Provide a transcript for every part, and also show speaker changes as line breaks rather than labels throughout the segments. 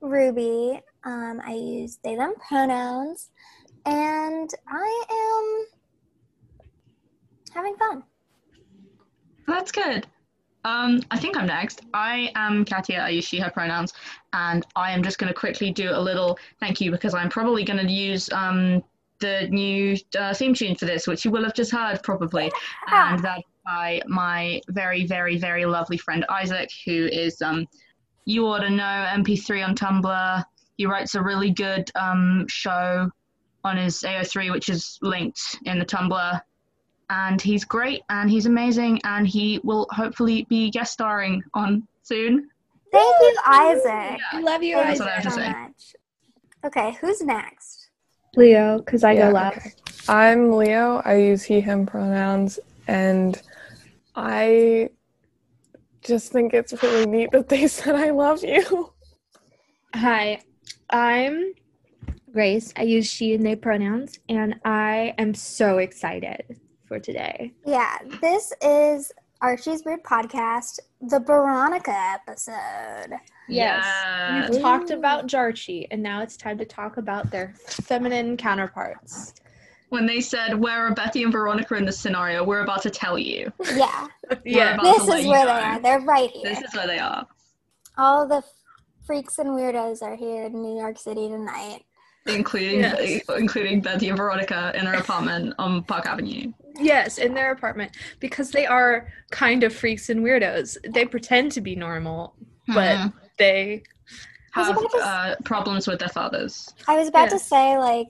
Ruby. Um, I use they them pronouns, and I am having fun.
That's good. Um, I think I'm next. I am Katia. I use she, her pronouns. And I am just going to quickly do a little thank you because I'm probably going to use um, the new uh, theme tune for this, which you will have just heard probably. And that's by my very, very, very lovely friend Isaac, who is, um, you ought to know, MP3 on Tumblr. He writes a really good um, show on his AO3, which is linked in the Tumblr and he's great and he's amazing and he will hopefully be guest starring on soon.
Thank you, Isaac.
Love you,
Thank
That's
you
what I
Isaac.
have to
so
say.
much. Okay, who's next?
Leo, because I
Yeah,
go last.
okay. I'm Leo. I use he, him pronouns, and I just think it's really neat that they said, I love you.
Hi, I'm Grace. I use she and they pronouns, and I am so excited for today.
Yeah, this is Archie's Weird Podcast, the Veronica episode.
Yes.
Yeah.
We've talked about Jarchi, and now it's time to talk about their feminine counterparts.
When they said, Where are Bethy and Veronica in this scenario? We're about to tell you.
Yeah,
Um,
Yeah. About to
this
let
is
you
where they
know.
are. They're right here.
This is where they are.
All the freaks and weirdos are here in New York City tonight.
Including
Yes.
including Bethy and Veronica in her apartment on Park Avenue.
Yes, in their apartment because they are kind of freaks and weirdos. They pretend to be normal, but
Mhm.
they
Was
have
about to s-
uh, problems with their fathers.
I was about to
Yes.
say, like,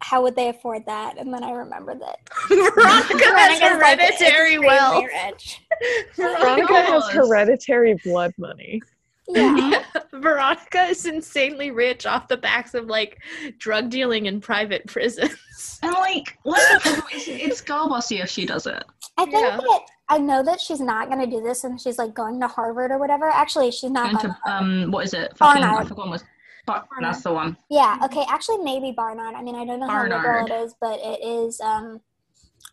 how would they afford that? And then I remembered that.
Veronica
Veronica's, like,
has hereditary
extremely
wealth.
rich.
Veronica has
Yes.
hereditary blood money.
Yeah.
Veronica is insanely rich off the backs of like drug dealing in private prisons.
And like, what's the problem? It's, it's girl bossy if she does it.
I think
Yeah.
that I know that she's not going to do this and she's like going to Harvard or whatever. Actually, she's not
Going
going
to
to Harvard.
um, what is it? Fucking, I
Barnard.
forgot what it was. Bar- that's the one.
Yeah, okay. Actually, maybe Barnard. I mean, I don't know how
Barnard.
liberal it is, but it is um,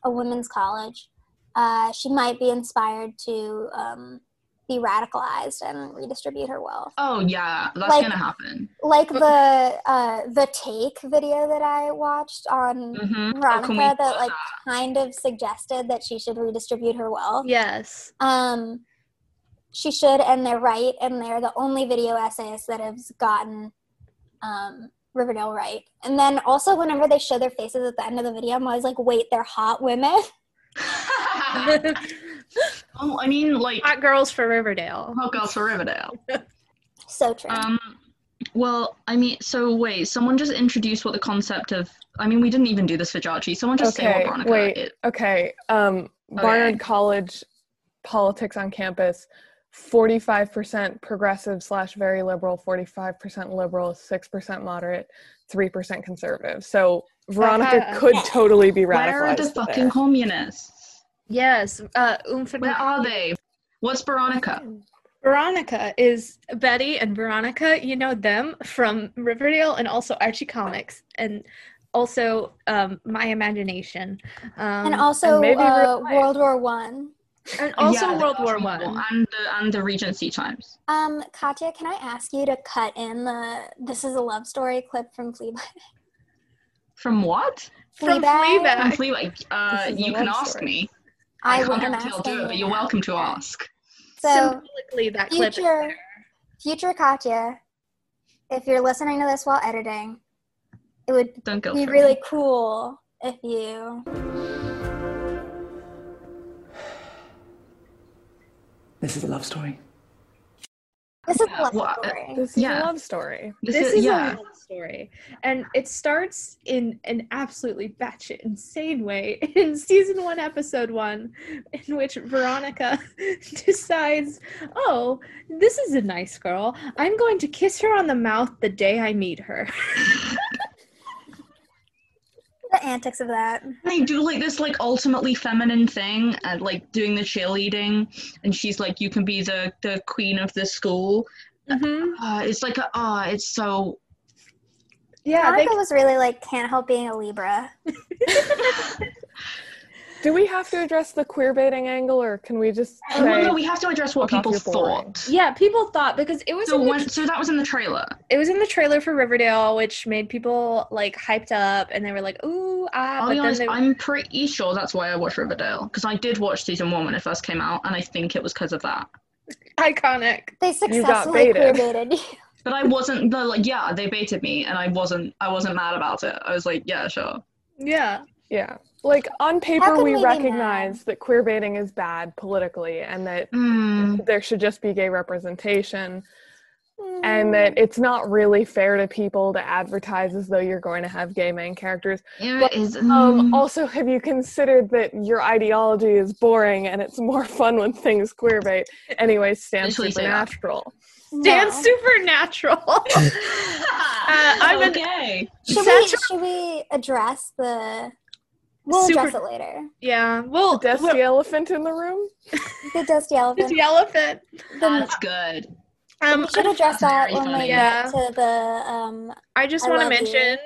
a women's college. Uh, she might be inspired to um, be radicalized and redistribute her wealth.
Oh yeah, that's
Like-
gonna happen.
Like the uh, the take video that I watched on
Mm-hmm.
Veronica that like kind of suggested that she should redistribute her wealth.
Yes.
Um, she should, and they're right, and they're the only video essayists that has gotten um, Riverdale right. And then also, whenever they show their faces at the end of the video, I'm always like, wait, they're hot women.
Hot
Hot
I mean, like
girls for Riverdale.
hot girls for Riverdale.
so true.
Um, well, I mean, so wait, someone just introduce what the concept of. I mean, we didn't even do this for Jarchi. Someone just say what
Okay,
Veronica
wait.
is.
Okay. Um,
Okay.
Barnard College politics on campus 45% progressive slash very liberal, 45% liberal, 6% moderate, 3% conservative. So Veronica
Uh-huh.
could totally be radicalized.
Where are the
there.
fucking communists?
Yes. Uh, Umfang-
Where are they? What's Veronica?
Veronica is Betty and Veronica. You know them from Riverdale and also Archie Comics and also um, My Imagination. Um,
and also,
and maybe
uh,
real life.
World War One.
and also
Yeah, the
World War
Russian
One.
and the and the Regency times.
Um, Katya, can I ask you to cut in the "This Is a Love Story" clip from Fleabag?
From what?
From
Fleabag.
From
Fleabag.
Fleabag. Uh,
This is a
you can
love
ask
story.
me.
I
can't
wouldn't
guarantee I'll
ask
do it, but
anyone.
you're welcome to ask.
So,
Symbolically, that clip. is
future-
there.
future Katya, if you're listening to this while editing, it would
Don't go.
be
for
really cool if you
This is a love story.
This is
Yeah,
a love
well, uh,
story.
This is
Yeah.
a love story.
This,
this
is,
is
yeah.
a real story and it starts in an absolutely batshit insane way in season one episode one in which veronica decides oh this is a nice girl i'm going to kiss her on the mouth the day i meet her
The antics of that.
they do like this like ultimately feminine thing and like doing the cheerleading and she's like you can be the the queen of the school uh, it's like a, oh it's so
yeah they,
Monica was really like can't help being a Libra.
Do we have to address the queer baiting angle, or can we just say?
Well, no, we have to address what
Fuck off,
people
you're boring.
thought.
Yeah, people thought because it was
So
in the-
when, so that was in the trailer.
it was in the trailer for Riverdale, which made people like hyped up, and they were like, "Ooh,
I'll
ah!" but
be
then
honest,
they-
I'm pretty sure that's why I watched Riverdale because I did watch season one when it first came out, and I think it was because of that.
iconic.
They
got
successfully queer
baited.
baited. you.
But I wasn't the, like, yeah, they baited me, and I wasn't, I wasn't mad about it. I was like, yeah, sure.
Yeah,
Yeah. Like on paper,
could
we
we be mad?
recognize that queer baiting is bad politically, and that
Hmm,
Mm.
there should just be gay representation, and that it's not really fair to people to advertise as though you're going to have gay main characters.
Yeah,
But,
it is.
Um,
mm.
oh,
also, have you considered that your ideology is boring and it's more fun when things queer bait? Anyway, stand
Literally say that.
supernatural.
Dan
Mm, No.
Supernatural. I'm an-
okay.
Should we,
Satchel-
should we address the? We'll address it later.
yeah, well,
The dusty
well,
elephant in the room.
The dusty elephant.
the elephant.
The,
That's good.
we
Um,
should address that
Very
when we
funny.
get
Yeah.
to the um,
I just
I
want to
love you.
mention.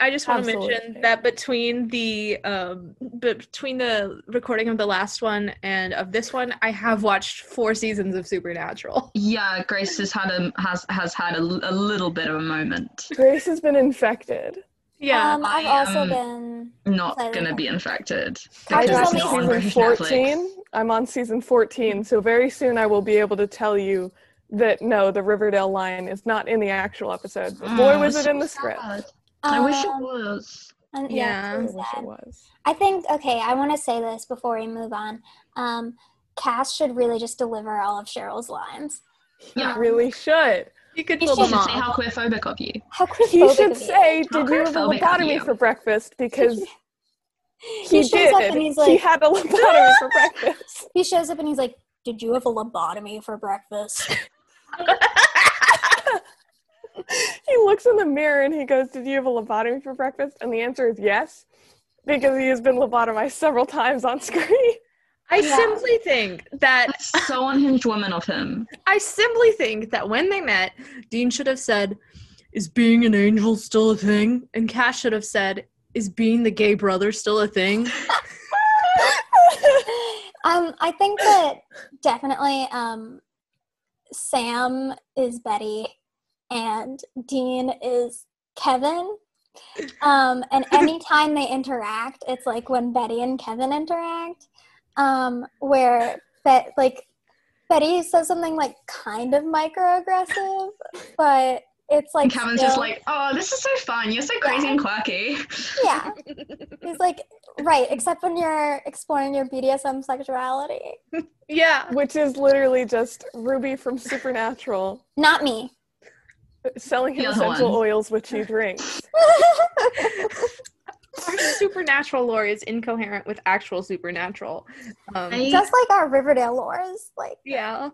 I just want to mention
Absolutely.
that between the um, be- between the recording of the last one and of this one, I have watched four seasons of Supernatural.
Yeah, Grace has had a has has had a, l- a little bit of a moment.
Grace has been infected.
Yeah,
Um, I've
I,
also
um,
been.
not
Silent
gonna
Hill.
be infected
I
I
because
just
it's
just
only
not on
season
season
British
14.
Netflix.
I'm on season 14, so very soon I will be able to tell you that no, the Riverdale line is not in the actual episode. But boy,
Mm,
was
it's
it in the
so
script.
sad. I wish it
Um,
was.
and- Um, yeah.
Yeah.
I
it's
wish
really sad.
it was.
I think okay. I want to say this before we move on. Um, Cass should really just deliver all of Cheryl's lines.
Yeah.
It really should.
you could
You
pull
You
should
them
should say how
off.
queerphobic of you.
How could
He should say,
How
Did you have a
homophobic of
lobotomy
you."
for breakfast? Because
he
he
shows
did.
up and he's
he
like,
had a lobotomy for breakfast.
he shows up and he's like, "Did you have a lobotomy for breakfast?"
He looks in the mirror and he goes, Did you have a lobotomy for breakfast? And the answer is yes, because he has been lobotomized several times on screen.
I
Yeah.
simply think that
That's so unhinged woman of him.
I simply think that when they met, Dean should have said, "Is being an angel still a thing?" And Cash should have said, "Is being the gay brother still a thing?"
um, I think that definitely um, Sam is Betty and Dean is Kevin. Um, and anytime they interact, it's like when Betty and Kevin interact, um, where Bet like Betty says something like kind of microaggressive, but it's like
and Kevin's just
still-
like, oh, this is so fun. You're so crazy and quirky.
yeah. He's like right, except when you're exploring your BDSM sexuality.
yeah,
which is literally just Ruby from Supernatural
Not me.
selling him
The other
essential
one.
oils, which he drinks.
our supernatural lore is incoherent with actual supernatural. Um,
I-
Just like our Riverdale lores, like
yeah.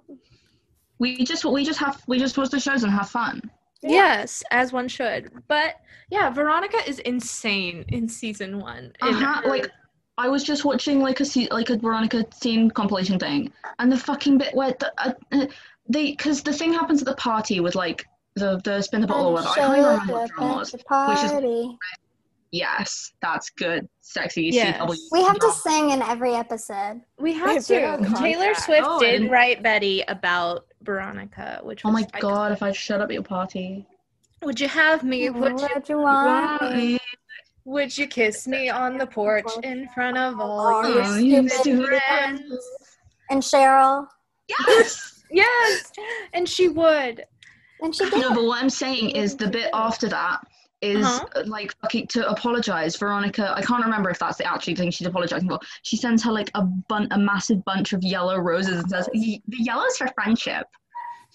We just we just have we just watch the shows and have fun.
Yeah.
Yes, as one should. But yeah, Veronica is insane in season one. in
Uh-huh,
her-
like I was just watching like a se- like a Veronica scene compilation thing, and the fucking bit where the, uh, uh, they because the thing happens at the party with like the the spin the bottle
Oh,
or whatever. I can't even remember what the drama was.
the
which is-
party.
Yes, that's good, sexy
Yes.
CW.
We have to sing in every episode.
we have
It's in our
to. Taylor
contract.
Swift
Oh,
did
and-
write Betty about Veronica, which
Oh my
was iconic.
god! If I showed up at your party,
Would you have me? Would you,
What you want? me?
would you kiss me on the porch in front of all
Oh,
your
yeah.
you
stupid
stupid
friends.
friends.
And Cheryl.
Yes.
Yes, and she would.
And she did.
No, but what I'm saying is the bit after that is
Uh-huh.
uh, like fucking to apologize. Veronica, I can't remember if that's the actually thing she's apologizing for. She sends her like a bun- a massive bunch of yellow roses and says, "Y- "The yellow's for friendship,"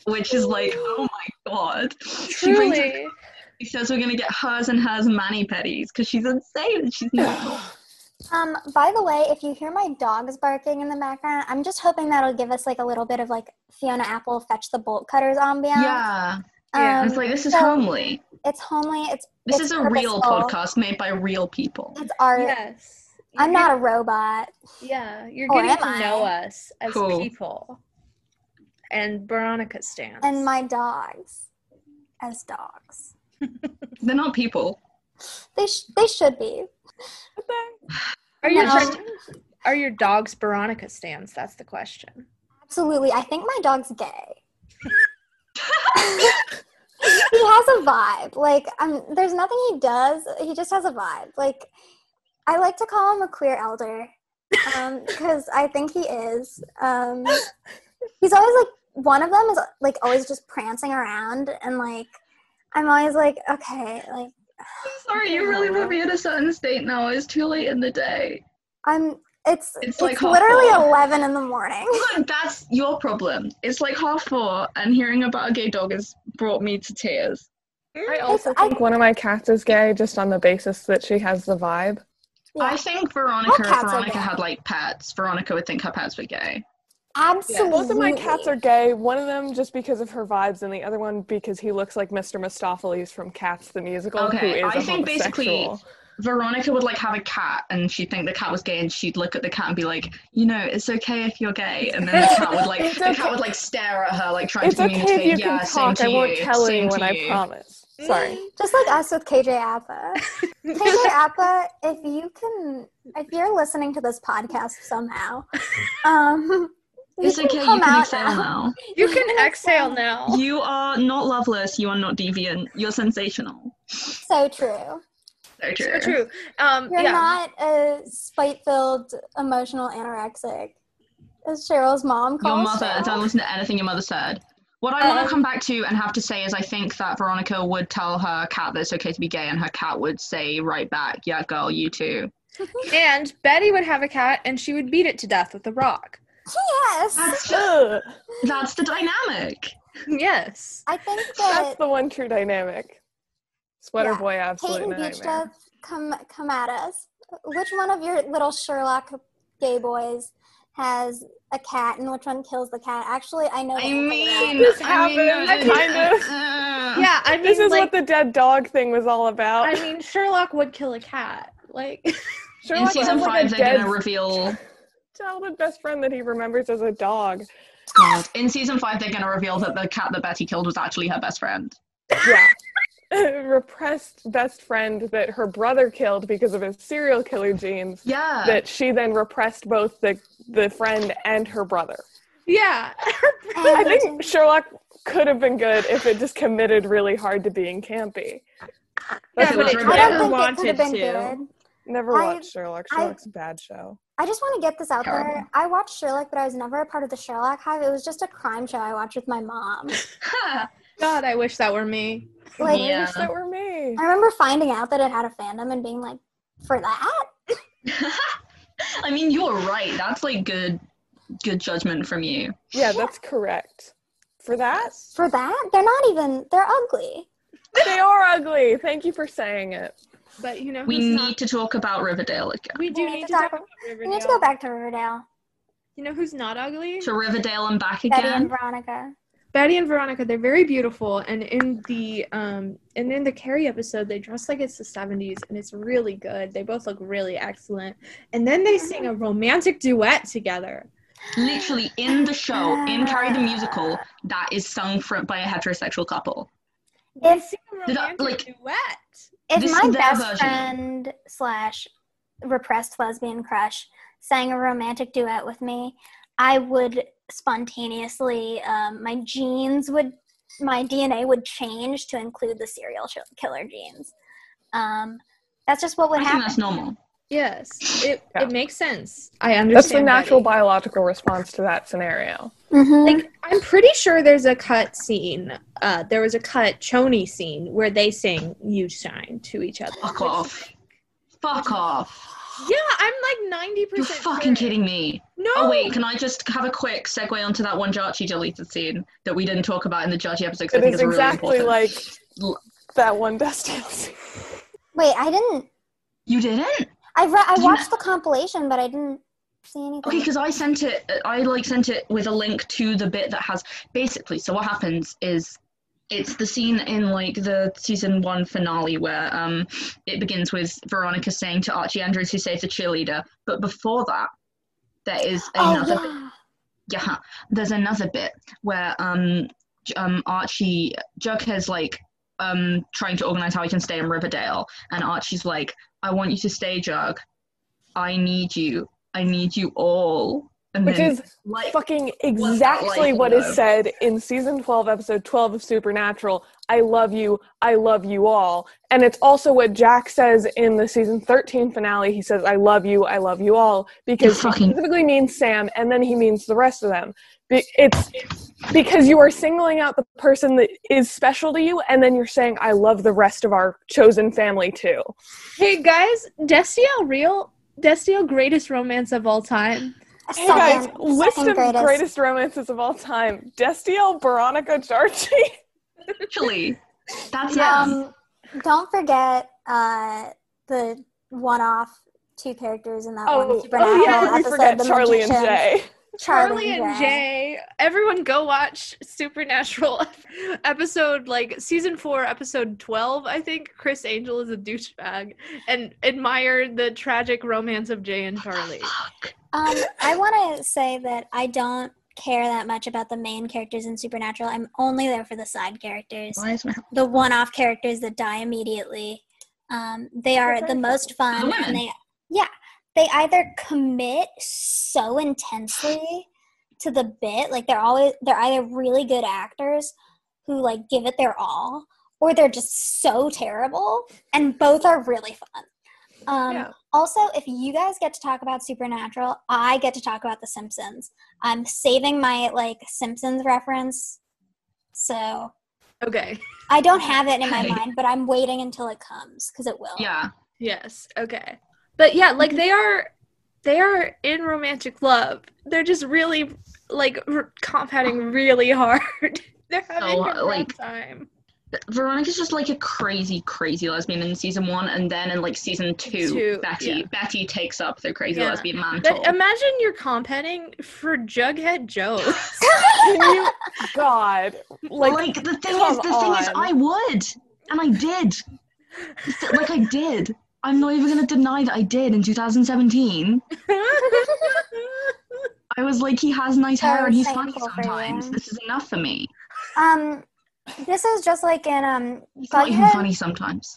which is like, oh my god. She brings up,
Truly,
she says we're gonna get hers and hers mani petties because she's insane. and She's not.
Um, by the way, if you hear my dogs barking in the background, I'm just hoping that'll give us like a little bit of like Fiona Apple fetch the bolt cutters ambiance.
yeah,
Yeah.
Um,
it's like this is
so
homely.
it's homely, it's
This
it's
is a real
purposeful.
podcast made by real people.
it's art.
yes.
uh, I'm not a robot.
Yeah, you're
Or
getting
Oh, am
to know
I?
us as
Cool.
people, and Veronica stands.
And my dogs as dogs.
They're not people.
They sh- they should be.
Are you
No.
trying? are your dog's Veronica stands? That's the question.
Absolutely. I think my dog's gay. he has a vibe. Like, um, there's nothing he does. He just has a vibe. Like, I like to call him a queer elder because I think he is. Um, he's always like one of them is like always just prancing around, and like I'm always like, okay, like
Sorry, you really put me in a certain state now. It's too late in the day.
I'm. It's
It's
it's,
like half
literally
four.
eleven in the morning.
Look, that's your problem. It's like half four, and hearing about a gay dog has brought me to tears.
I also
I-
think one of my cats is gay just on the basis that she has the vibe.
I think Veronica,
All
if
cats are
Veronica
gay.
had like pets, Veronica would think her pets were gay.
Absolutely.
Both of my cats are gay. One of them just because of her vibes, and the other one because he looks like Mr. Mistopheles from Cats the Musical, who
Okay,
is
I
a
think basically-
homosexual.
Veronica would like have a cat, and she'd think the cat was gay, and she'd look at the cat and be like, you know, it's okay if you're gay, and then the cat would like
It's
the
okay.
cat would like stare at her, like trying
It's
to
okay
communicate.
if you
yeah,
can
same
talk.
to
I
you.
won't tell
same
anyone.
to
I
you." Mm.
promise. Sorry.
just like us with KJ Appa. KJ Appa, if you can, if you're listening to this podcast somehow, um, you
It's
can
okay.
come
You can
out
exhale
now.
now.
You can exhale now.
You are not loveless. You are not deviant. You're sensational.
So true.
So true.
So true. Um,
You're
yeah.
not a spite-filled, emotional anorexic. As Cheryl's mom
Your
calls
mother.
Cheryl.
Don't listen to anything your mother said. What I want
Uh.
Um,
to come back to and have to say is, I think that Veronica would tell her cat that it's okay to be gay, and her cat would say right back, "Yeah, girl, you too."
and Betty would have a cat, and she would beat it to death with a rock.
Yes,
That's
Ugh,
that's the dynamic.
Yes.
I think
that's
that
the one true dynamic. Sweater
Yeah.
boy,
Kate
absolute
and Beach
nightmare.
Death come come at us. Which one of your little Sherlock gay boys has a cat, and which one kills the cat? Actually, I know. the
I
answer to that.
mean,
This
I mean, no,
happened,
no,
kind
no,
of.
uh,
Yeah, I mean,
This is
like,
what the dead dog thing was all about.
I mean, Sherlock would kill a cat. Like,
In
Sherlock
season
sounds like
five,
a
they're gonna
dead
reveal.
childhood best friend that he remembers as a dog.
God, in season five, they're gonna reveal that the cat that Betty killed was actually her best friend.
yeah repressed best friend that her brother killed because of his serial killer genes
Yeah.
that she then repressed both the the friend and her brother
yeah.
i
And-
think sherlock could have been good if it just committed really hard to being campy
Yeah,
That's
but
what
it
I
I
remember.
don't
never
think it could
wanted
have been
to.
good.
never
I-
watched sherlock
I-
sherlock's a bad show
I just want to get this out
Terrible.
there. I watched Sherlock, but I was never a part of the Sherlock Hive. It was just a crime show I watched with my mom.
God, I wish that were me.
Like
i
Yeah.
wish that were me
I remember finding out that it had a fandom and being like, for that?
I mean, you were right. That's like good, good judgment from you.
yeah that's correct for that
For that? They're not even. They're ugly.
they are ugly thank you for saying it
But you know,
We
who's
need
not-
to talk about Riverdale again.
we do
We
need to talk about
We need to
Riverdale.
go back to Riverdale.
You know who's not ugly?
To Riverdale and back
Betty and
again.
Veronica.
Betty and Veronica, they're very beautiful, and in the um, and in the Carrie episode, they dress like it's the '70s, and it's really good. They both look really excellent, and then they sing a romantic duet together.
Literally in the show, in Carrie
Ah.
the musical, that is sung for, by a heterosexual couple.
They
If-
sing a
Did I-
romantic
like-
duet.
If
This
my
is their
best
version.
friend slash repressed lesbian crush sang a romantic duet with me, I would spontaneously, um, my genes would, my DNA would change to include the serial sh- killer genes. Um, that's just what would
I think that's
happen.
normal.
Yes, it
Yeah.
it makes sense. I understand.
that's the natural
Betty.
biological response to that scenario
Mhm.
Like I'm pretty sure there's a cut scene. Uh, there was a cut chony scene where they sing "You Shine" to each other.
Fuck off. Fuck off.
Yeah, I'm like ninety
You're
percent.
fucking kidding me.
No.
Oh, wait, can I just have a quick segue onto that one Jarchi deleted scene that we didn't talk about in the Jarchi episode? 'cause I
It
think
is
it's really
exactly
important.
like
L-
that one Dust Tales.
Wait, I didn't.
You didn't?
I re- I
You-
watched the compilation, but I didn't see anything.
Okay, because I sent it. I like sent it with a link to the bit that has basically. So what happens is, it's the scene in like the season one finale where um it begins with Veronica saying to Archie Andrews who saves a cheerleader, but before that there is
oh
another
yeah,
yeah there's another bit where um J- um archie jughead's like um trying to organize how he can stay in riverdale and archie's like i want you to stay jug i need you I need you all. And
Which
then,
is
like,
fucking
that
exactly
like,
what
though?
is said in season 12, episode 12 of Supernatural. I love you. I love you all. And it's also what Jack says in the season 13 finale. He says, I love you. I love you all. Because he
Fucking-
specifically means Sam, and then he means the rest of them. Be- It's because you are singling out the person that is special to you, and then you're saying, I love the rest of our chosen family too.
Hey guys, Destiel real Destiel greatest romance of all time.
Hey guys,
Second-
list
second
of greatest. romances of all time. Destiel, Veronica, Jarchi.
Actually, that's um,
Um, don't forget uh, the one-off two characters in that one
Oh,
Supernatural
oh yeah, we
episode,
forget
the
Charlie and
magicians.
Jay.
Charlie and Jay.
Jay. Everyone go watch Supernatural episode like season 4 episode 12, I think. Chris Angel is a douchebag and admire the tragic romance of Jay and Charlie.
Um, I want to say that I don't care that much about the main characters in Supernatural. I'm only there for the side characters,
Why is my
the one-off characters that die immediately. Um, they are the most fun,
The
and
women.
they yeah, they either commit so intensely to the bit, like they're always they're either really good actors who like give it their all, or they're just so terrible, and both are really fun. Um,
Yeah.
Also, if you guys get to talk about Supernatural, I get to talk about The Simpsons. I'm saving my like Simpsons reference, so
Okay.
I don't have it in my
Okay.
mind, but I'm waiting until it comes because it will.
yeah.
Yes. Okay. But yeah, like they are they are in romantic love. They're just really like r- compounding really hard. They're having
So,
a rough
like-
time.
Veronica's just like a crazy, crazy lesbian in season one, and then in like season two,
Two,
Betty
yeah.
Betty takes up the crazy
Yeah.
lesbian mantle.
But imagine you're compounding for Jughead Joe.
Can you, God, like,
like, the thing
come
is, the thing is,
on.
I would, and I did. It's like I did. I'm not even gonna deny that I did in 2017. I was like, he has nice
So
hair and he's funny
thankful for
sometimes.
you.
This is enough for me.
Um, this is just like in um
He's not even
Bughead.
funny sometimes.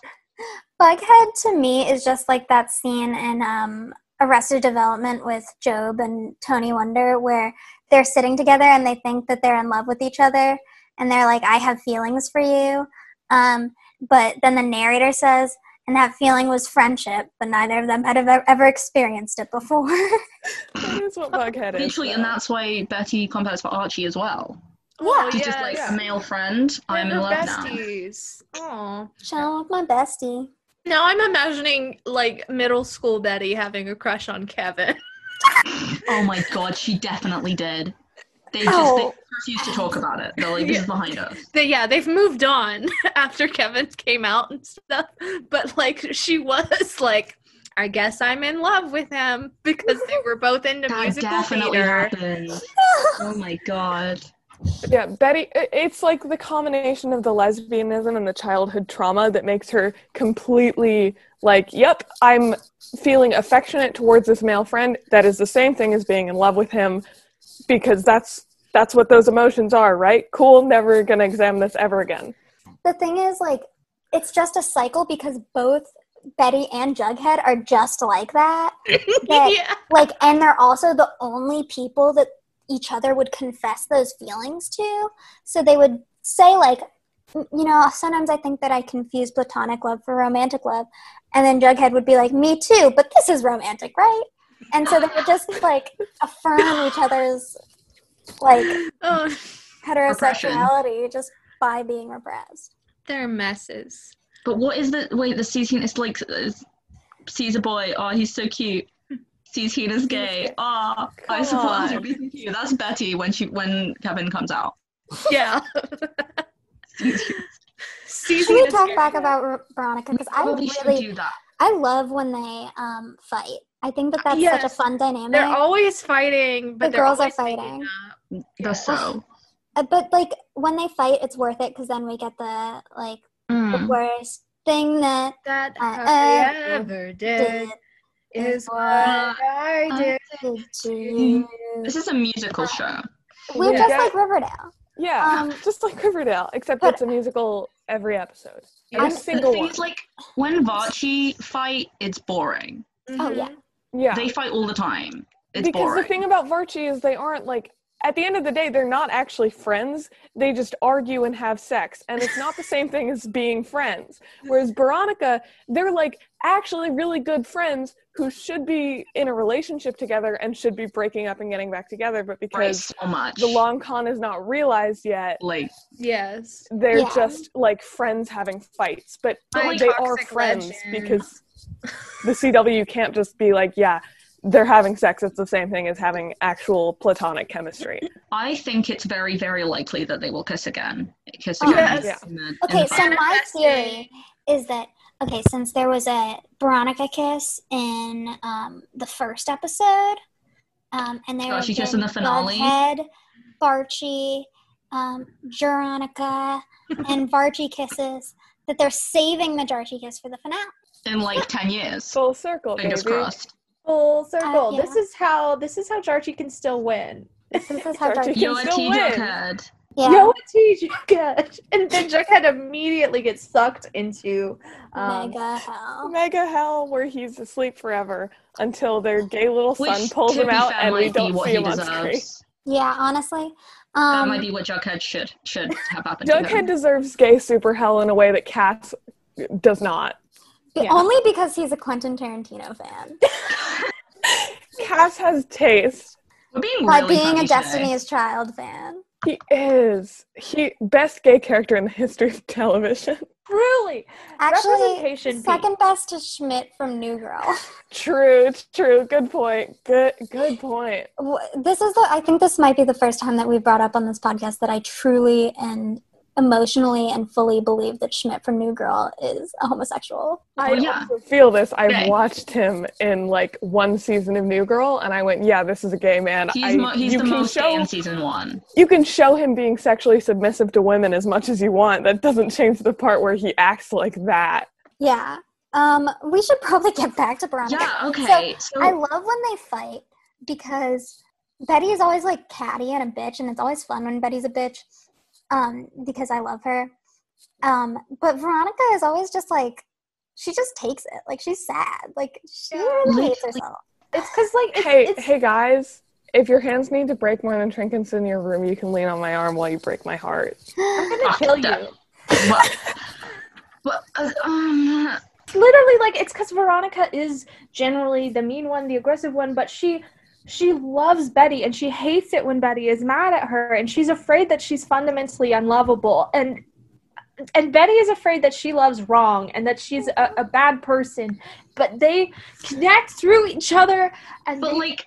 Bughead to me is just like that scene in um Arrested Development with Job and Tony Wonder where they're sitting together and they think that they're in love with each other and they're like, "I have feelings for you," um, but then the narrator says. And that feeling was friendship, but neither of them had ever, ever experienced it before.
that is what Bughead is.
Literally, and
though.
that's why Betty compares for Archie as well.
Oh,
She's just like
yes.
a male friend.
They're
I'm in
her
love now.
besties. Aw.
Child, my bestie.
Now I'm imagining like middle school Betty having a crush on Kevin.
Oh my god, she definitely did. They just
Oh.
they refuse to talk about it. They're like, this is behind us.
they, yeah, they've moved on after Kevin came out and stuff. But like she was like, I guess I'm in love with him because they were both into
That
musical
definitely
theater.
happened. Oh my god.
Yeah, Betty, i- it's like the combination of the lesbianism and the childhood trauma that makes her completely like, yep, I'm feeling affectionate towards this male friend. That is the same thing as being in love with him because that's that's what those emotions are, right? Cool, never gonna examine this ever again.
the thing is like it's just a cycle because both betty and jughead are just like that that
yeah.
like and they're also the only people that each other would confess those feelings to so they would say like "Mm, you know sometimes i think that i confuse platonic love for romantic love and then jughead would be like me too but this is romantic right and so they would just like affirm each other's like
Oh,
heterosexuality just by being repressed
they're messes.
But what is the wait? The season is like uh, sees a boy. Oh, he's so cute. Sees he is gay. Ah, I
Come
suppose
on.
you'd be cute. That's Betty when she when Kevin comes out.
Yeah.
Should we talk back about Ver- Veronica? Because I
Probably should
really,
do that.
I love when they um, fight. I think that that's such
Yes.
a fun dynamic.
They're always fighting, but
The
they're
girls are
always making
fighting.
up.
The so.
Uh, but like when they fight, it's worth it because then we get the like the
Mm.
worst thing that
That
Uh,
I
uh,
ever
did
did is what
what
I
I
did.
to you.
This is a musical show.
We're
Yeah.
just like Riverdale.
Yeah,
Um,
just like Riverdale, except
but-
it's a musical every episode.
I'm-
Every single
the thing
one.
is, like when Varchi fight, it's boring.
Oh, yeah.
yeah.
They fight all the time. It's
because
boring.
the thing about Varchi is they aren't like at the end of the day they're not actually friends. They just argue and have sex, and it's not the same thing as being friends. Whereas Veronica, they're like actually really good friends who should be in a relationship together and should be breaking up and getting back together, but
Right,
because
so much.
the long con is not realized yet.
like
Yes.
They're
Yeah.
just like friends having fights, but
But, like,
they are
toxic
friends
legend.
because the CW can't just be like, yeah, they're having sex. It's the same thing as having actual platonic chemistry.
I think it's very, very likely that they will kiss again. Kiss
Oh,
again.
Yes.
in the- in
Okay,
the
so
fight.
my
Manifesting.
theory is that okay, since there was a Veronica kiss in um, the first episode, um, and there
Oh,
was
she kissed in the finale?
Head, Barchi, um, Veronica, and Varchi kisses. That they're saving the Jarchi kiss for the finale.
in like ten years.
Full circle,
Fingers
baby.
crossed.
Full circle.
Uh, yeah.
This is how this is how Jarchi can still win.
This is how
Jarchi
Jarchi.
kiss-
Yo,
still
T.
win.
Jughead.
Yeah.
Yo, it's he, Jughead. And then Jughead immediately gets sucked into
Oh
um,
Mega hell.
Mega hell where he's asleep forever until their gay little son
Which,
pulls
to
him
be
out
fair,
and we
might be
don't
what
see
he
him on screen.
deserves.
Yeah, honestly.
That
Um,
might be what Jughead should should have happened. to
Jughead
him.
deserves gay super hell in a way that Cass does not.
be-
yeah.
Only because he's a Quentin Tarantino fan.
Cass has taste.
We're being
By
really
being
funny
a
today.
Destiny's Child fan.
He is. He best gay character in the history of television.
truly
Actually,
representation. beat.
second best to Schmidt from New Girl.
True, true. Good point. Good good point.
W- This is the. I think this might be the first time that we brought up on this podcast that I truly and emotionally and fully believe that Schmidt from New Girl is a homosexual.
I
yeah.
also feel this. I
Gay.
watched him in like one season of New Girl and I went, Yeah, this is a gay man. I,
He's, mo- he's
you
the
can
most
show
gay in season one.
you can show him being sexually submissive to women as much as you want. That doesn't change the part where he acts like that.
Yeah. Um. We should probably get back to Veronica.
Yeah. Okay. So,
I love when they fight because Betty is always like catty and a bitch, and it's always fun when Betty's a bitch um, because I love her. Um, but Veronica is always just like, she just takes it. Like, she's sad. Like, she
Yeah.
really hates
Literally.
herself.
It's because like it's,
hey,
it's
hey guys. If your hands need to break more than trinkets in your room, you can lean on my arm while you break my heart.
I'm gonna kill
Fuck
you.
but, but, uh, um,
It's literally like it's because Veronica is generally the mean one, the aggressive one, but she she loves Betty and she hates it when Betty is mad at her and she's afraid that she's fundamentally unlovable and and Betty is afraid that she loves wrong and that she's a, a bad person, but they connect through each other and
But
they-
like,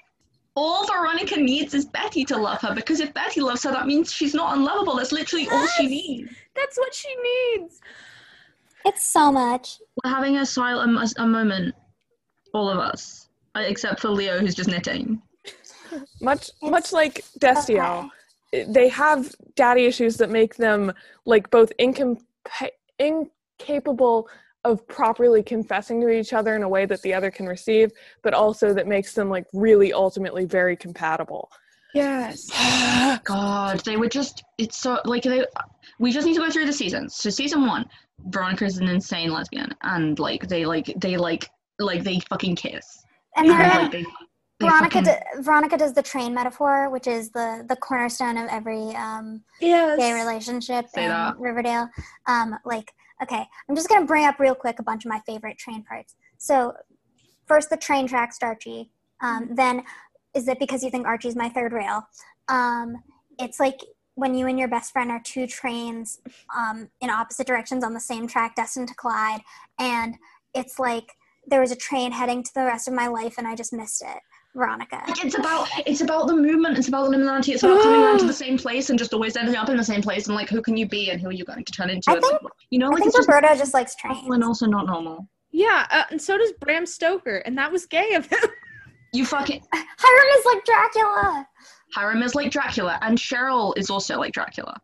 all Veronica needs is Betty to love her because if Betty loves her, that means she's not unlovable. That's literally all she needs.
that's what she needs.
It's so much.
We're having a silent a, a moment, all of us, Uh, except for Leo, who's just knitting.
Much
It's
much like Destiel, they have daddy issues that make them like both incom- incapable of properly confessing to each other in a way that the other can receive, but also that makes them like really ultimately very compatible.
Yes.
God, they were just. It's so like they. We just need to go through the seasons. So season one, Veronica is an insane lesbian, and like they like they like like they fucking kiss.
And
And,
then
like, they, they
Veronica,
fucking-
d- Veronica does the train metaphor, which is the, the cornerstone of every um,
Yes.
gay relationship
Say
in
that.
Riverdale. Um, like, okay, I'm just gonna bring up real quick a bunch of my favorite train parts. So, first the train tracks, to Archie.
Mm-hmm.
Um, then, is it because you think Archie's my third rail? Um, it's like when you and your best friend are two trains um, in opposite directions on the same track, destined to collide, and it's like there was a train heading to the rest of my life, and I just missed it. Veronica.
Like, it's about it's about the movement. It's about the liminality. It's about coming around to the same place and just always ending up in the same place. And like, who can you be and who are you going to turn into?
I
It's
think-
like, you know,
I
like
think
it's just
Roberto just likes trains.
awful and also not normal.
Yeah, uh, and so does Bram Stoker, and that was gay of him.
You fucking
Hiram is like Dracula.
Hiram is like Dracula, and Cheryl is also like Dracula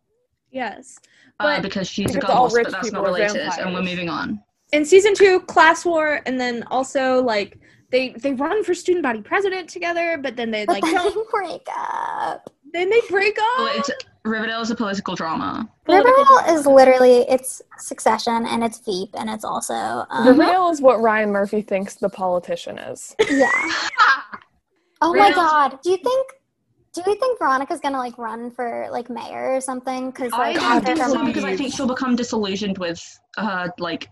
yes.
uh,
But-
because she's a
Because all
goddess,
rich
but that's not
people are
related. And
vampires.
we're moving on.
in season two, class war, and then also like they they run for student body president together, but then they like
but then
don't.
they break up.
Then they break
Well,
up.
it's, Riverdale is a political drama.
Riverdale is literally it's Succession and it's Veep and it's also um,
Riverdale is what Ryan Murphy thinks the politician is.
yeah. Oh my
Riverdale's-
god, do you think? Do you think Veronica's gonna like run for like mayor or something? Because
I
like
don't
after
think
that's
so
amazing.
Vermont-
because I think she'll become disillusioned with her like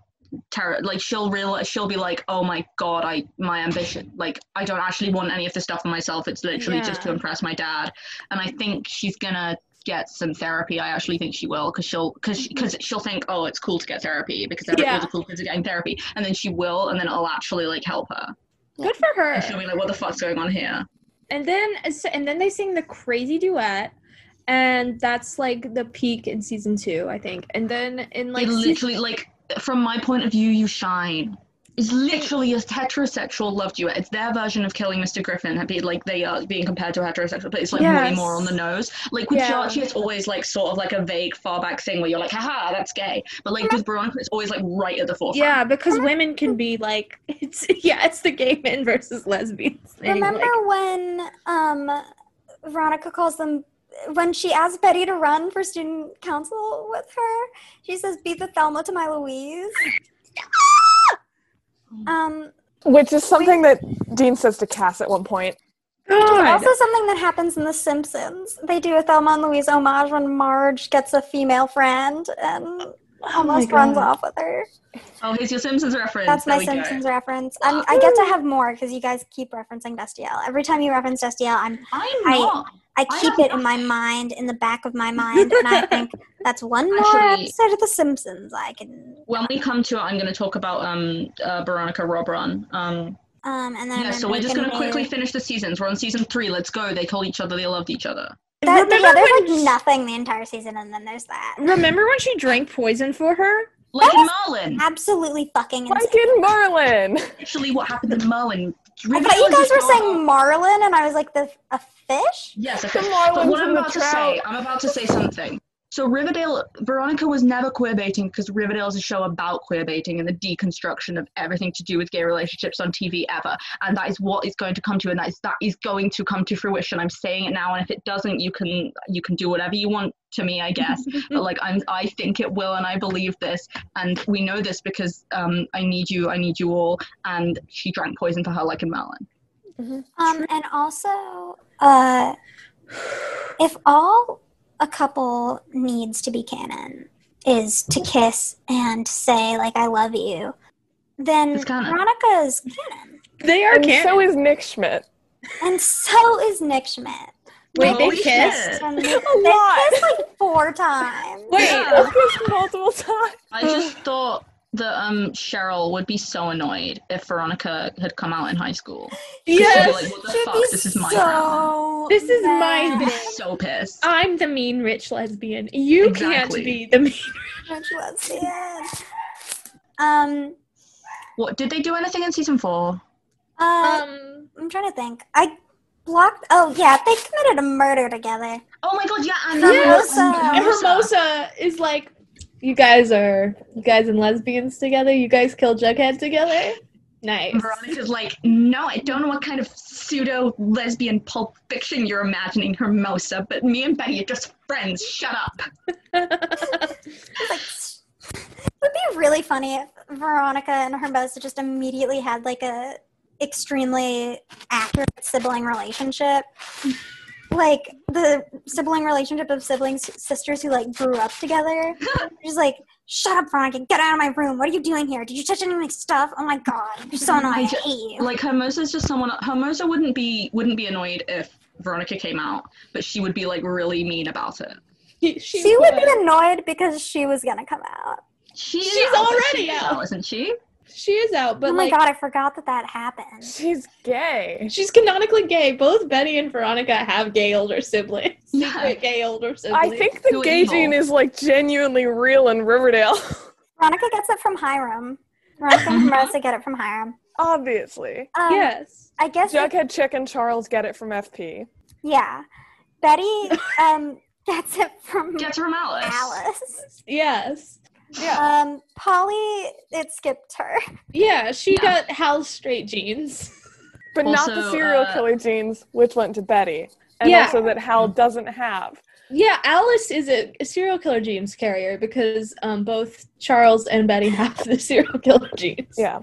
terror. Like she'll realize she'll be like, oh my god, I my ambition. Like I don't actually want any of this stuff for myself. It's literally just to
Yeah.
impress my dad. And I think she's gonna get some therapy. I actually think she will because she'll because because she'll think, oh, it's cool to get therapy because every,
Mm-hmm. Yeah.
all the cool kids are getting therapy, and then she will, and then it'll actually like help her.
Good for her.
And she'll be like, what the fuck's going on here?
And then uh, and then they sing the crazy duet, and that's like the peak in season two, I think. And then in like
It
season-
literally like from my point of view you shine it's literally a heterosexual love duet it's their version of killing mr griffin it'd be like they are being compared to a heterosexual but it's like way more on the
Yes.
nose like with
Yeah.
Archie, it's always like sort of like a vague far back thing where you're like haha that's gay but like with veronica it's always like right at the forefront
yeah, because women can be like it's yeah, it's the gay men versus lesbians. thing,
Remember
like-
when um, Veronica calls them when she asked Betty to run for student council with her? She says, "Be the Thelma to my Louise." um,
Which is something that Dean says to Cass at one point.
God.
also, something that happens in The Simpsons. They do a Thelma and Louise homage when Marge gets a female friend and almost runs off with her.
oh here's your simpsons reference
That's my
There we go.
Simpsons reference. i I get to have more because you guys keep referencing Destiel. Every time you reference Destiel, I'm
i'm
I-
not
I
I
keep
don't
it in my mind, in the back of my mind, and I think that's one more
Actually-
episode of The Simpsons I can.
when we come to it i'm going to talk about um uh, veronica robron um
Um, and then
Yeah,
I'm
so we're just
gonna
gonna quickly finish the seasons. We're on season three. Let's go. They told each other they loved each other.
That, yeah,
Remember
there's
when-
like nothing the entire season, and then there's that.
Remember when she drank poison for her?
Like
That
in Merlin.
Absolutely fucking
Like
insane.
in Merlin.
Actually, what happened in Merlin?
I thought you guys were saying Marlin, and I was like, the a fish?
Yes, okay.
The
But
Marlins
what I'm
and the
about to say,
Trout.
I'm about to say something. So Riverdale, Veronica was never queer baiting because Riverdale is a show about queer baiting and the deconstruction of everything to do with gay relationships on TV ever, and that is what is going to come to, and that is that is going to come to fruition. I'm saying it now, and if it doesn't, you can you can do whatever you want to me, I guess. but like I'm, I think it will, and I believe this, and we know this because um, I need you, I need you all, and she drank poison for her like in Merlin.
Um, and also, uh, if all a couple needs to be canon is to kiss and say like I love you, then
It's canon.
Veronica is canon,
They are
And
canon.
so is Nick Schmidt.
and so is Nick Schmidt.
Wait, they
Holy shit.
kissed?
And they
lot.
kissed like four times.
Wait,
Yeah.
I've kissed multiple times.
I just thought that um, Cheryl would be so annoyed if Veronica had come out in high school. She'd be
yes,
like, what the
She'd
fuck?
be
This is my drama.
so
This is my
mad.
She'd be so pissed.
I'm the mean rich lesbian. You
Exactly.
can't be the mean.
Which was the end. Um,
What did they do anything in season four?
uh,
Um,
I'm trying to think. I blocked. Oh yeah, they committed a murder together.
Oh my god, yeah, and
Yes.
and
and Hermosa is like, you guys are you guys and lesbians together. You guys kill Jughead together. Nice.
And Veronica's like, no, I don't know what kind of pseudo lesbian pulp fiction you're imagining, Hermosa, but me and Betty are just friends. Shut up.
It's like, "Shh." it would be really funny if Veronica and Hermosa just immediately had like a extremely accurate sibling relationship. Like the sibling relationship of siblings, sisters who like grew up together. just like, shut up, Veronica, get out of my room. What are you doing here? Did you touch any of my stuff? Oh my god, you're so annoying. I
ju-
hate you.
Like Hermosa's just someone Hermosa wouldn't be wouldn't be annoyed if Veronica came out, but she would be like really mean about it.
she,
She would be annoyed because she was gonna come out.
She is
She's
out, but
already
she is
out.
isn't she?
she is out, but
oh my
like,
god, I forgot that that happened.
She's gay.
she's canonically gay. Both Betty and Veronica have gay older siblings.
Yeah.
Secret gay older siblings.
I think the
Who
gay
evil?
gene is like genuinely real in Riverdale.
Veronica gets it from Hiram. Veronica and
Uh-huh.
Hermosa get it from Hiram.
Obviously.
Um,
yes.
I guess. like-
Jughead Chick and Charles get it from FP.
yeah. Betty um, gets it from
Gets from Alice.
Alice.
Yes.
Yeah.
Um, Polly, it skipped her.
Yeah, she
Yeah.
got Hal's straight jeans.
But not the
also,
serial
uh,
killer genes, which went to Betty. and
Yeah.
also that Hal doesn't have.
Yeah, Alice is a, a serial killer genes carrier because um, both Charles and Betty have the serial killer genes.
Yeah,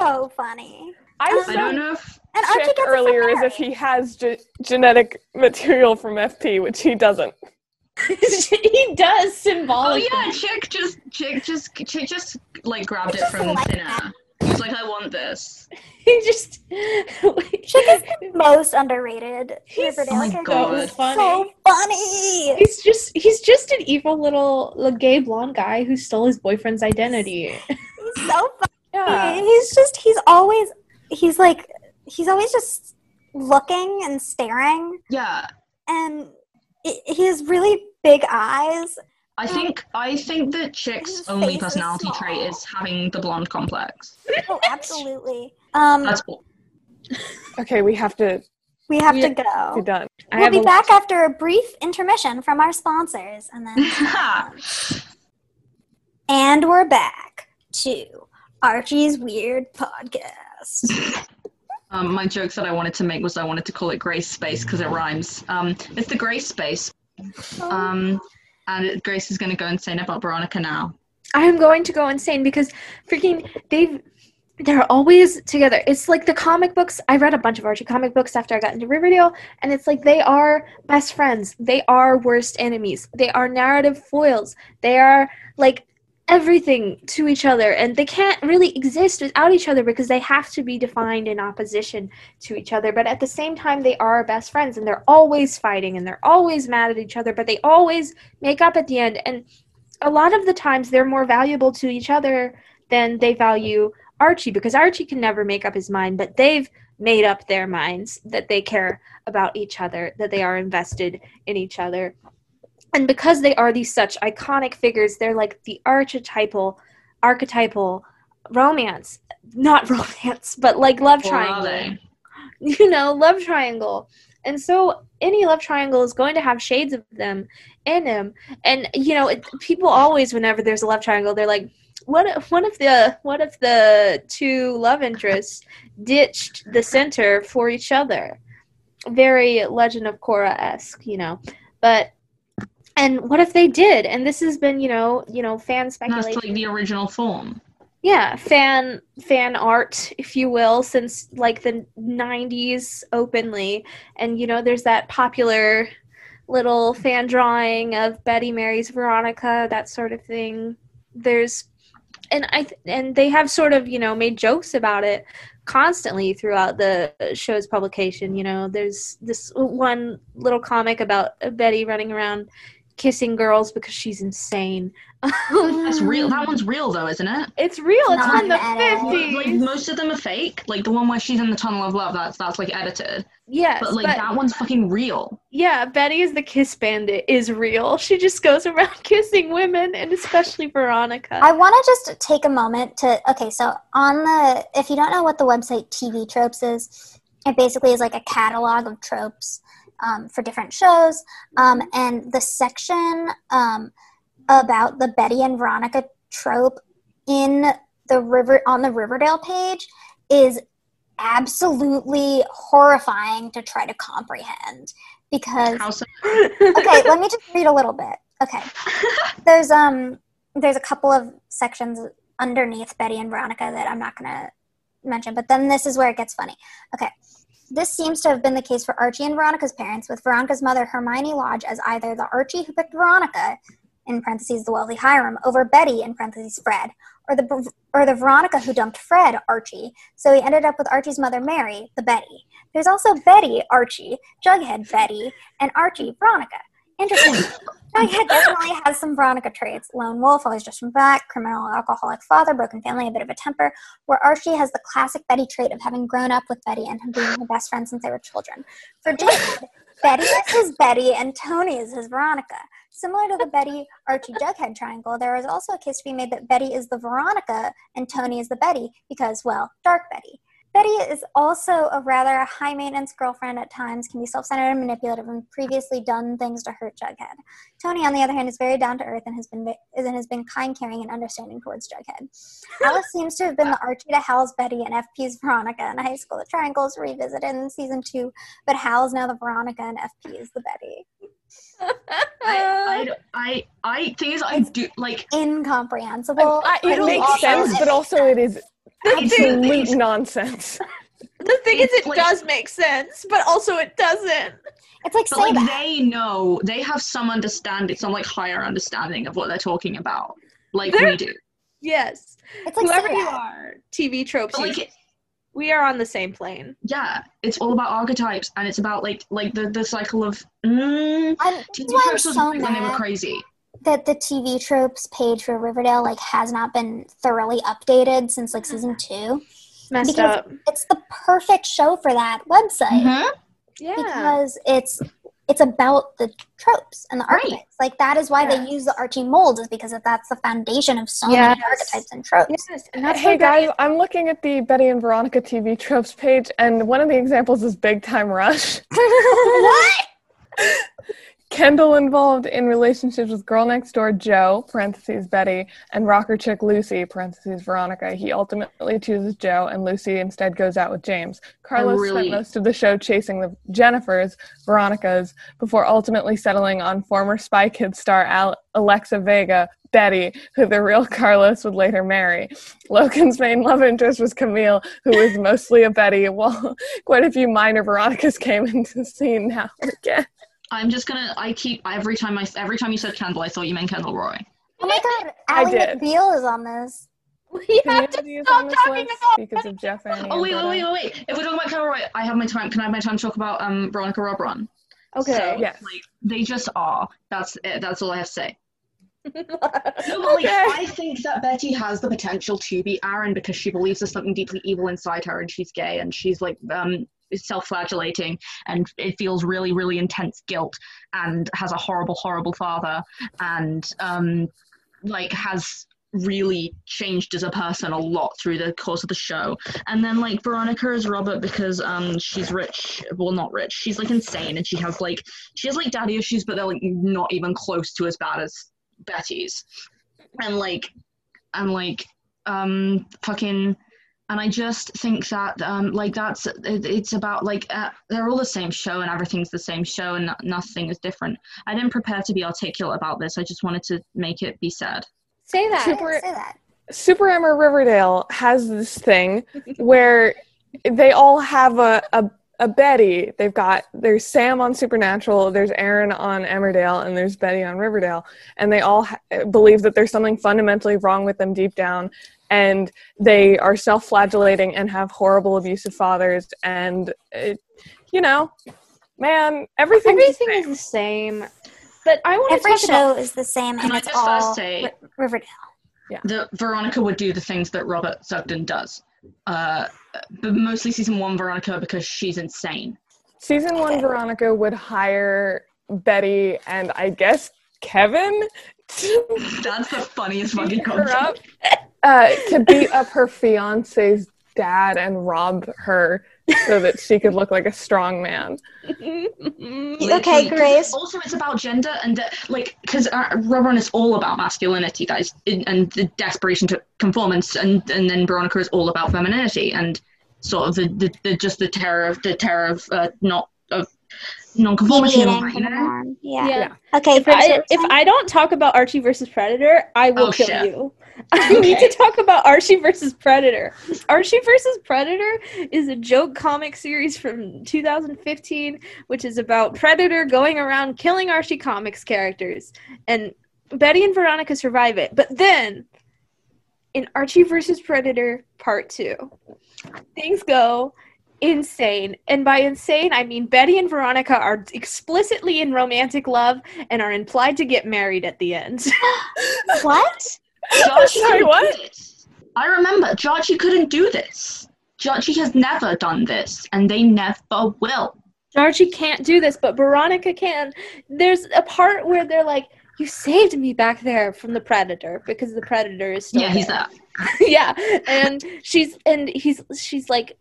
So funny.
I
Um,
was
I
so
don't know if
And Archie
checked
gets it from
earlier is if
Mary.
he has ge- genetic material from FP, which he doesn't.
he does
Oh
symbolically.
yeah, chick just chick just chick just like grabbed it
Just
from
like
thin
that.
air. He's like, I want this.
He just.
Chick is the most underrated
He's
Riverdale
Oh my
character.
God.
He's So funny.
He's just he's just an evil little, little gay blonde guy who stole his boyfriend's identity.
He's so funny. He's just he's always he's like he's always just looking and staring
Yeah.
and i- he has really big eyes.
I
Yeah.
think I think that
His
chick's only
face is
personality trait
small.
is having the blonde complex.
Oh, absolutely. Um,
That's all.
Okay, we have to
we have
yeah.
to go.
be done.
I
Oh. we'll
have
be
a-
back after a brief intermission from our sponsors, and then and we're back to Archie's weird podcast.
um, my jokes that I wanted to make was I wanted to call it Grace Space because it rhymes. Um, it's the Grace Space.
Oh.
Um, and it, Grace is going to go insane about Veronica now.
I'm going to go insane because freaking they've they're always together. It's like the comic books. I read a bunch of Archie comic books after I got into Riverdale, and it's like they are best friends. They are worst enemies. They are narrative foils. They are like everything to each other, and they can't really exist without each other because they have to be defined in opposition to each other. But at the same time, they are best friends, and they're always fighting, and they're always mad at each other, but they always make up at the end. And a lot of the times they're more valuable to each other than they value Archie because Archie can never make up his mind, but they've made up their minds that they care about each other, that they are invested in each other. And because they are these such iconic figures, they're like the archetypal archetypal romance, not romance, but like love
Or are
triangle
they?
you know, love triangle. And so any love triangle is going to have shades of them in them. And you know, it, people always, whenever there's a love triangle, they're like, "What? If, what if the what if the two love interests ditched the center for each other?" Very Legend of Korra esque, you know. But and what if they did? And this has been, you know, you know, fan
That's
speculation
like the original form.
yeah fan fan art if you will since like the 90s openly and you know there's that popular little fan drawing of betty marries veronica that sort of thing there's and i th- and they have sort of you know made jokes about it constantly throughout the show's publication you know there's this one little comic about betty running around kissing girls because she's insane Um,
That's real. That one's
Hmm.
real though, isn't it?
It's real. It's
Not
from the
bad.
Well, Like
fifties.
most of them are fake. Like the one where she's in the tunnel of love. That's that's like edited.
Yes,
But
but,
like that one's fucking real.
yeah, Betty is the kiss bandit. Is real. She just goes around kissing women, and especially Veronica.
I want to just take a moment to okay. So on the if you don't know what the website TV Tropes is, it basically is like a catalog of tropes um, for different shows. Um, and the section um, about the Betty and Veronica trope in the river on the Riverdale page is absolutely horrifying to try to comprehend because
How so?
okay, let me just read a little bit. Okay. There's um there's a couple of sections underneath Betty and Veronica that I'm not going to mention, but then this is where it gets funny. Okay. This seems to have been the case for Archie and Veronica's parents, with Veronica's mother Hermione Lodge as either the Archie who picked Veronica in parentheses the wealthy Hiram over Betty in parentheses Fred, or the or the Veronica who dumped Fred Archie, so he ended up with Archie's mother Mary, the Betty. There's also Betty Archie, Jughead Betty, and Archie Veronica. Interesting. Jughead definitely has some Veronica traits. Lone wolf, always just from back, criminal, alcoholic father, broken family, a bit of a temper. Where Archie has the classic Betty trait of having grown up with Betty and being her best friend since they were children. For Jughead, Betty is his Betty and Tony is his Veronica. Similar to the Betty Archie Jughead triangle, there is also a case to be made that Betty is the Veronica and Tony is the Betty because, well, dark Betty. Betty is also a rather high maintenance girlfriend at times, can be self centered and manipulative, and previously done things to hurt Jughead. Tony, on the other hand, is very down to earth and has been is- and has been kind, caring, and understanding towards Jughead. Alice seems to have been the Archie to Hal's Betty and FP's Veronica in high school. The triangle is revisited in season two, but Hal is now the Veronica and FP is the Betty.
I, I, I, I thing is, I do like
Incomprehensible.
I-
but
it
we
makes
also-
sense, but also it is
The thing,
absolute nonsense.
the thing is, it
Like-
does make sense, but also it doesn't.
It's like
But
say
like
that.
they know, they have some understanding, some like higher understanding of what they're talking about, like
They're-
we do.
Yes.
It's like
Whoever
say
you
that.
are, TV tropes,
But like,
you-
it,
we are on the same plane.
yeah, it's all about archetypes, and it's about like like the, the cycle of mm,
I'm, that's
TV
why I'm
tropes was
so
great when they were
mad
crazy.
that the TV tropes page for Riverdale like has not been thoroughly updated since like season two.
Messed
Because-
up.
It's the perfect show for that website
Mm-hmm.
Yeah.
because it's it's about the tropes and the
Right.
archetypes. Like that is why
Yes.
they use the Archie mold is because that- that's the foundation of so
Yes.
many archetypes and tropes.
yes. And that's
hey
what that
guys, I'm looking at the Betty and Veronica TV tropes page, and one of the examples is Big Time Rush.
what?
Kendall involved in relationships with girl next door Joe (parentheses Betty) and rocker chick Lucy (parentheses Veronica). He ultimately chooses Joe, and Lucy instead goes out with James. Carlos
really-
spent most of the show chasing the Jennifers, Veronicas, before ultimately settling on former Spy Kids star Al- Alexa Vega. Betty, who the real Carlos would later marry. Logan's main love interest was Camille, who was mostly a Betty, while quite a few minor Veronicas came into the scene now and again.
I'm just gonna. I keep every time I every time you said Kendall, I thought you meant Kendall Roy.
Oh my god, Ally
did.
McBeal is on this.
we have to
Community is
stop
on this
talking
list
about
because of Jeff Annie and
Oh wait, wait,
Greta.
wait, wait, wait. If we're talking about Kendall Roy, I have my time. Can I have my time to talk about um Veronica Robron?
Okay.
Yes.
Like they just are. That's it. That's all I have to say. No, but like,
okay.
I think that Betty has the potential to be Aaron because she believes there's something deeply evil inside her, and she's gay, and she's like um, self-flagellating, and it feels really, really intense guilt, and has a horrible, horrible father, and um, like has really changed as a person a lot through the course of the show. And then like Veronica is Robert because um she's rich, well not rich, she's like insane, and she has like she has like daddy issues, but they're like not even close to as bad as Betty's and like and like um fucking and I just think that um like that's it, it's about like uh, they're all the same show and everything's the same show and no- nothing is different. I didn't prepare to be articulate about this. I just wanted to make it be said.
Say
I
that.
didn't
Super-
say that.
Super Emma Riverdale has this thing where they all have a, a a Betty. They've got there's Sam on Supernatural, there's Aaron on Emmerdale, and there's Betty on Riverdale, and they all ha- believe that there's something fundamentally wrong with them deep down, and they are self-flagellating and have horrible abusive fathers, and it, you know, man, everything.
Everything is the same. But I want to
Every
talk about
show is the same,
Can
and
I
it's
just first
all
say-
Ri- Riverdale.
that Veronica would do the things that Robert Sugden does. Uh, but mostly season one Veronica because she's insane.
Season one, Veronica would hire Betty and I guess Kevin to
That's the funniest fucking
beat her
concept.
up, uh, to beat up her fiance's dad and rob her so that she could look like a strong man.
Okay,
Literally, 'cause
Grace.
Also, it's about gender and the, like because uh, Rubberon is all about masculinity, guys, and- and the desperation to conformance, and and then Veronica is all about femininity and sort of the, the, the just the terror of the terror of uh, not of non-conformity. and all that,
Deviating from
you
the
know?
norm.
Yeah.
Yeah. Okay,
If I,
Grace,
if I don't talk about Archie versus Predator, I will
Oh,
kill
shit.
you. I need to
Okay.
talk about Archie versus Predator. Archie versus Predator is a joke comic series from 2015, which is about Predator going around killing Archie comics characters, and Betty and Veronica survive it. But then, in Archie versus Predator Part Two, things go insane. And by insane, I mean Betty and Veronica are explicitly in romantic love and are implied to get married at the end.
what?
Josh, you
Sorry,
couldn't
what?
do this. I remember Georgie couldn't do this. Georgie has never done this, and they never will.
Archie can't do this, but Veronica can. There's a part where they're like, "You saved me back there from the predator because the predator is still
Yeah, he's
there."
that.
yeah, and she's and he's she's like,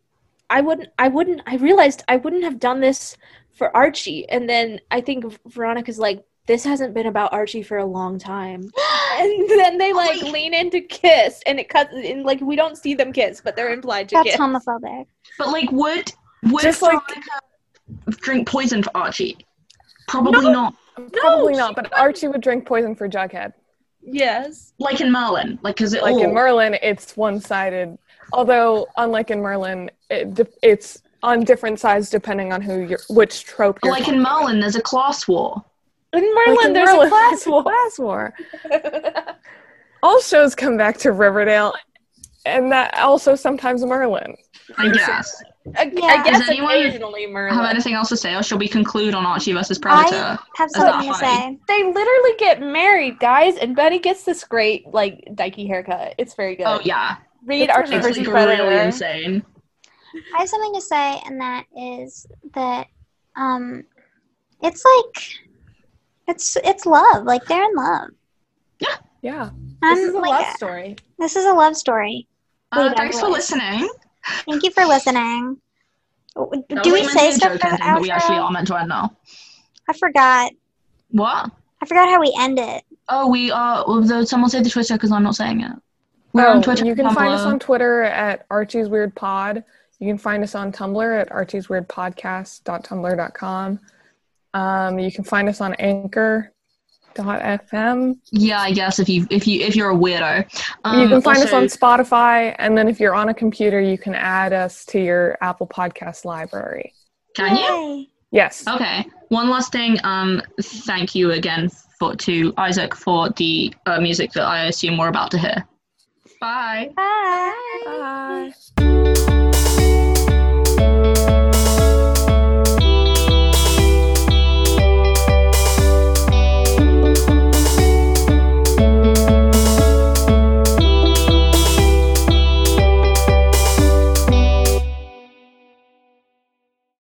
I wouldn't I wouldn't I realized I wouldn't have done this for Archie and then I think Veronica's like this hasn't been about Archie for a long time. And then they like lean in to kiss and it cuts and like we don't see them kiss but they're implied to
That's
kiss.
homophobic.
But like, would would
Just like-
Veronica drink poison for Archie? Probably not.
Probably
she
not, but Archie would drink poison for Jughead.
yes.
Like in Merlin, like because it
Like
all
in Merlin, it's one-sided. Although, unlike in Merlin, it, de- it's on different sides depending on who you're, which trope you're.
like in Merlin, there's a class war.
In
Like
Merlin
in
there's
Merlin,
a class
it's a
war.
class war. All shows come back to Riverdale, and that also sometimes Merlin.
I guess.
I,
Yeah.
I guess
Does anyone
occasionally Merlin.
Have anything else to say, or shall we conclude on Archie versus Predator?
I have
Is that
something to
fine?
say.
they literally get married, guys, and Betty gets this great like dykey haircut. It's very good.
oh yeah,
Read
It's
Archie
it's
versus
like really
Predator.
insane.
I have something to say, and that is that um, it's like it's it's love. Like they're in love.
Yeah.
I'm,
this is a
like,
love story.
This is a love story.
Uh,
Wait,
thanks for
everyone.
listening.
Thank you for listening. W-
That
Do
was
we
meant to be
say
a
stuff
joke
for the
ending, but we actually
outro?
are meant to end now.
I forgot.
What?
I forgot how we end it.
Oh, we are. Well, though someone say the Twitter because I'm not saying it. We're
Oh,
on Twitter.
you can find us
Tumblr.
on Twitter at Archie's Weird Pod. You can find us on Tumblr at Archie's Weird Podcast.tumblr.com. Um, you can find us on Anchor.fm.
Yeah, I guess if you if you if you're a weirdo,
you can find us
Um, also-
on Spotify. And then if you're on a computer, you can add us to your Apple Podcast library.
Can you?
Yay.
Yes.
Okay. One last thing. Um, thank you again for to Isaac for the uh, music that I assume we're about to hear. Bye.
Bye.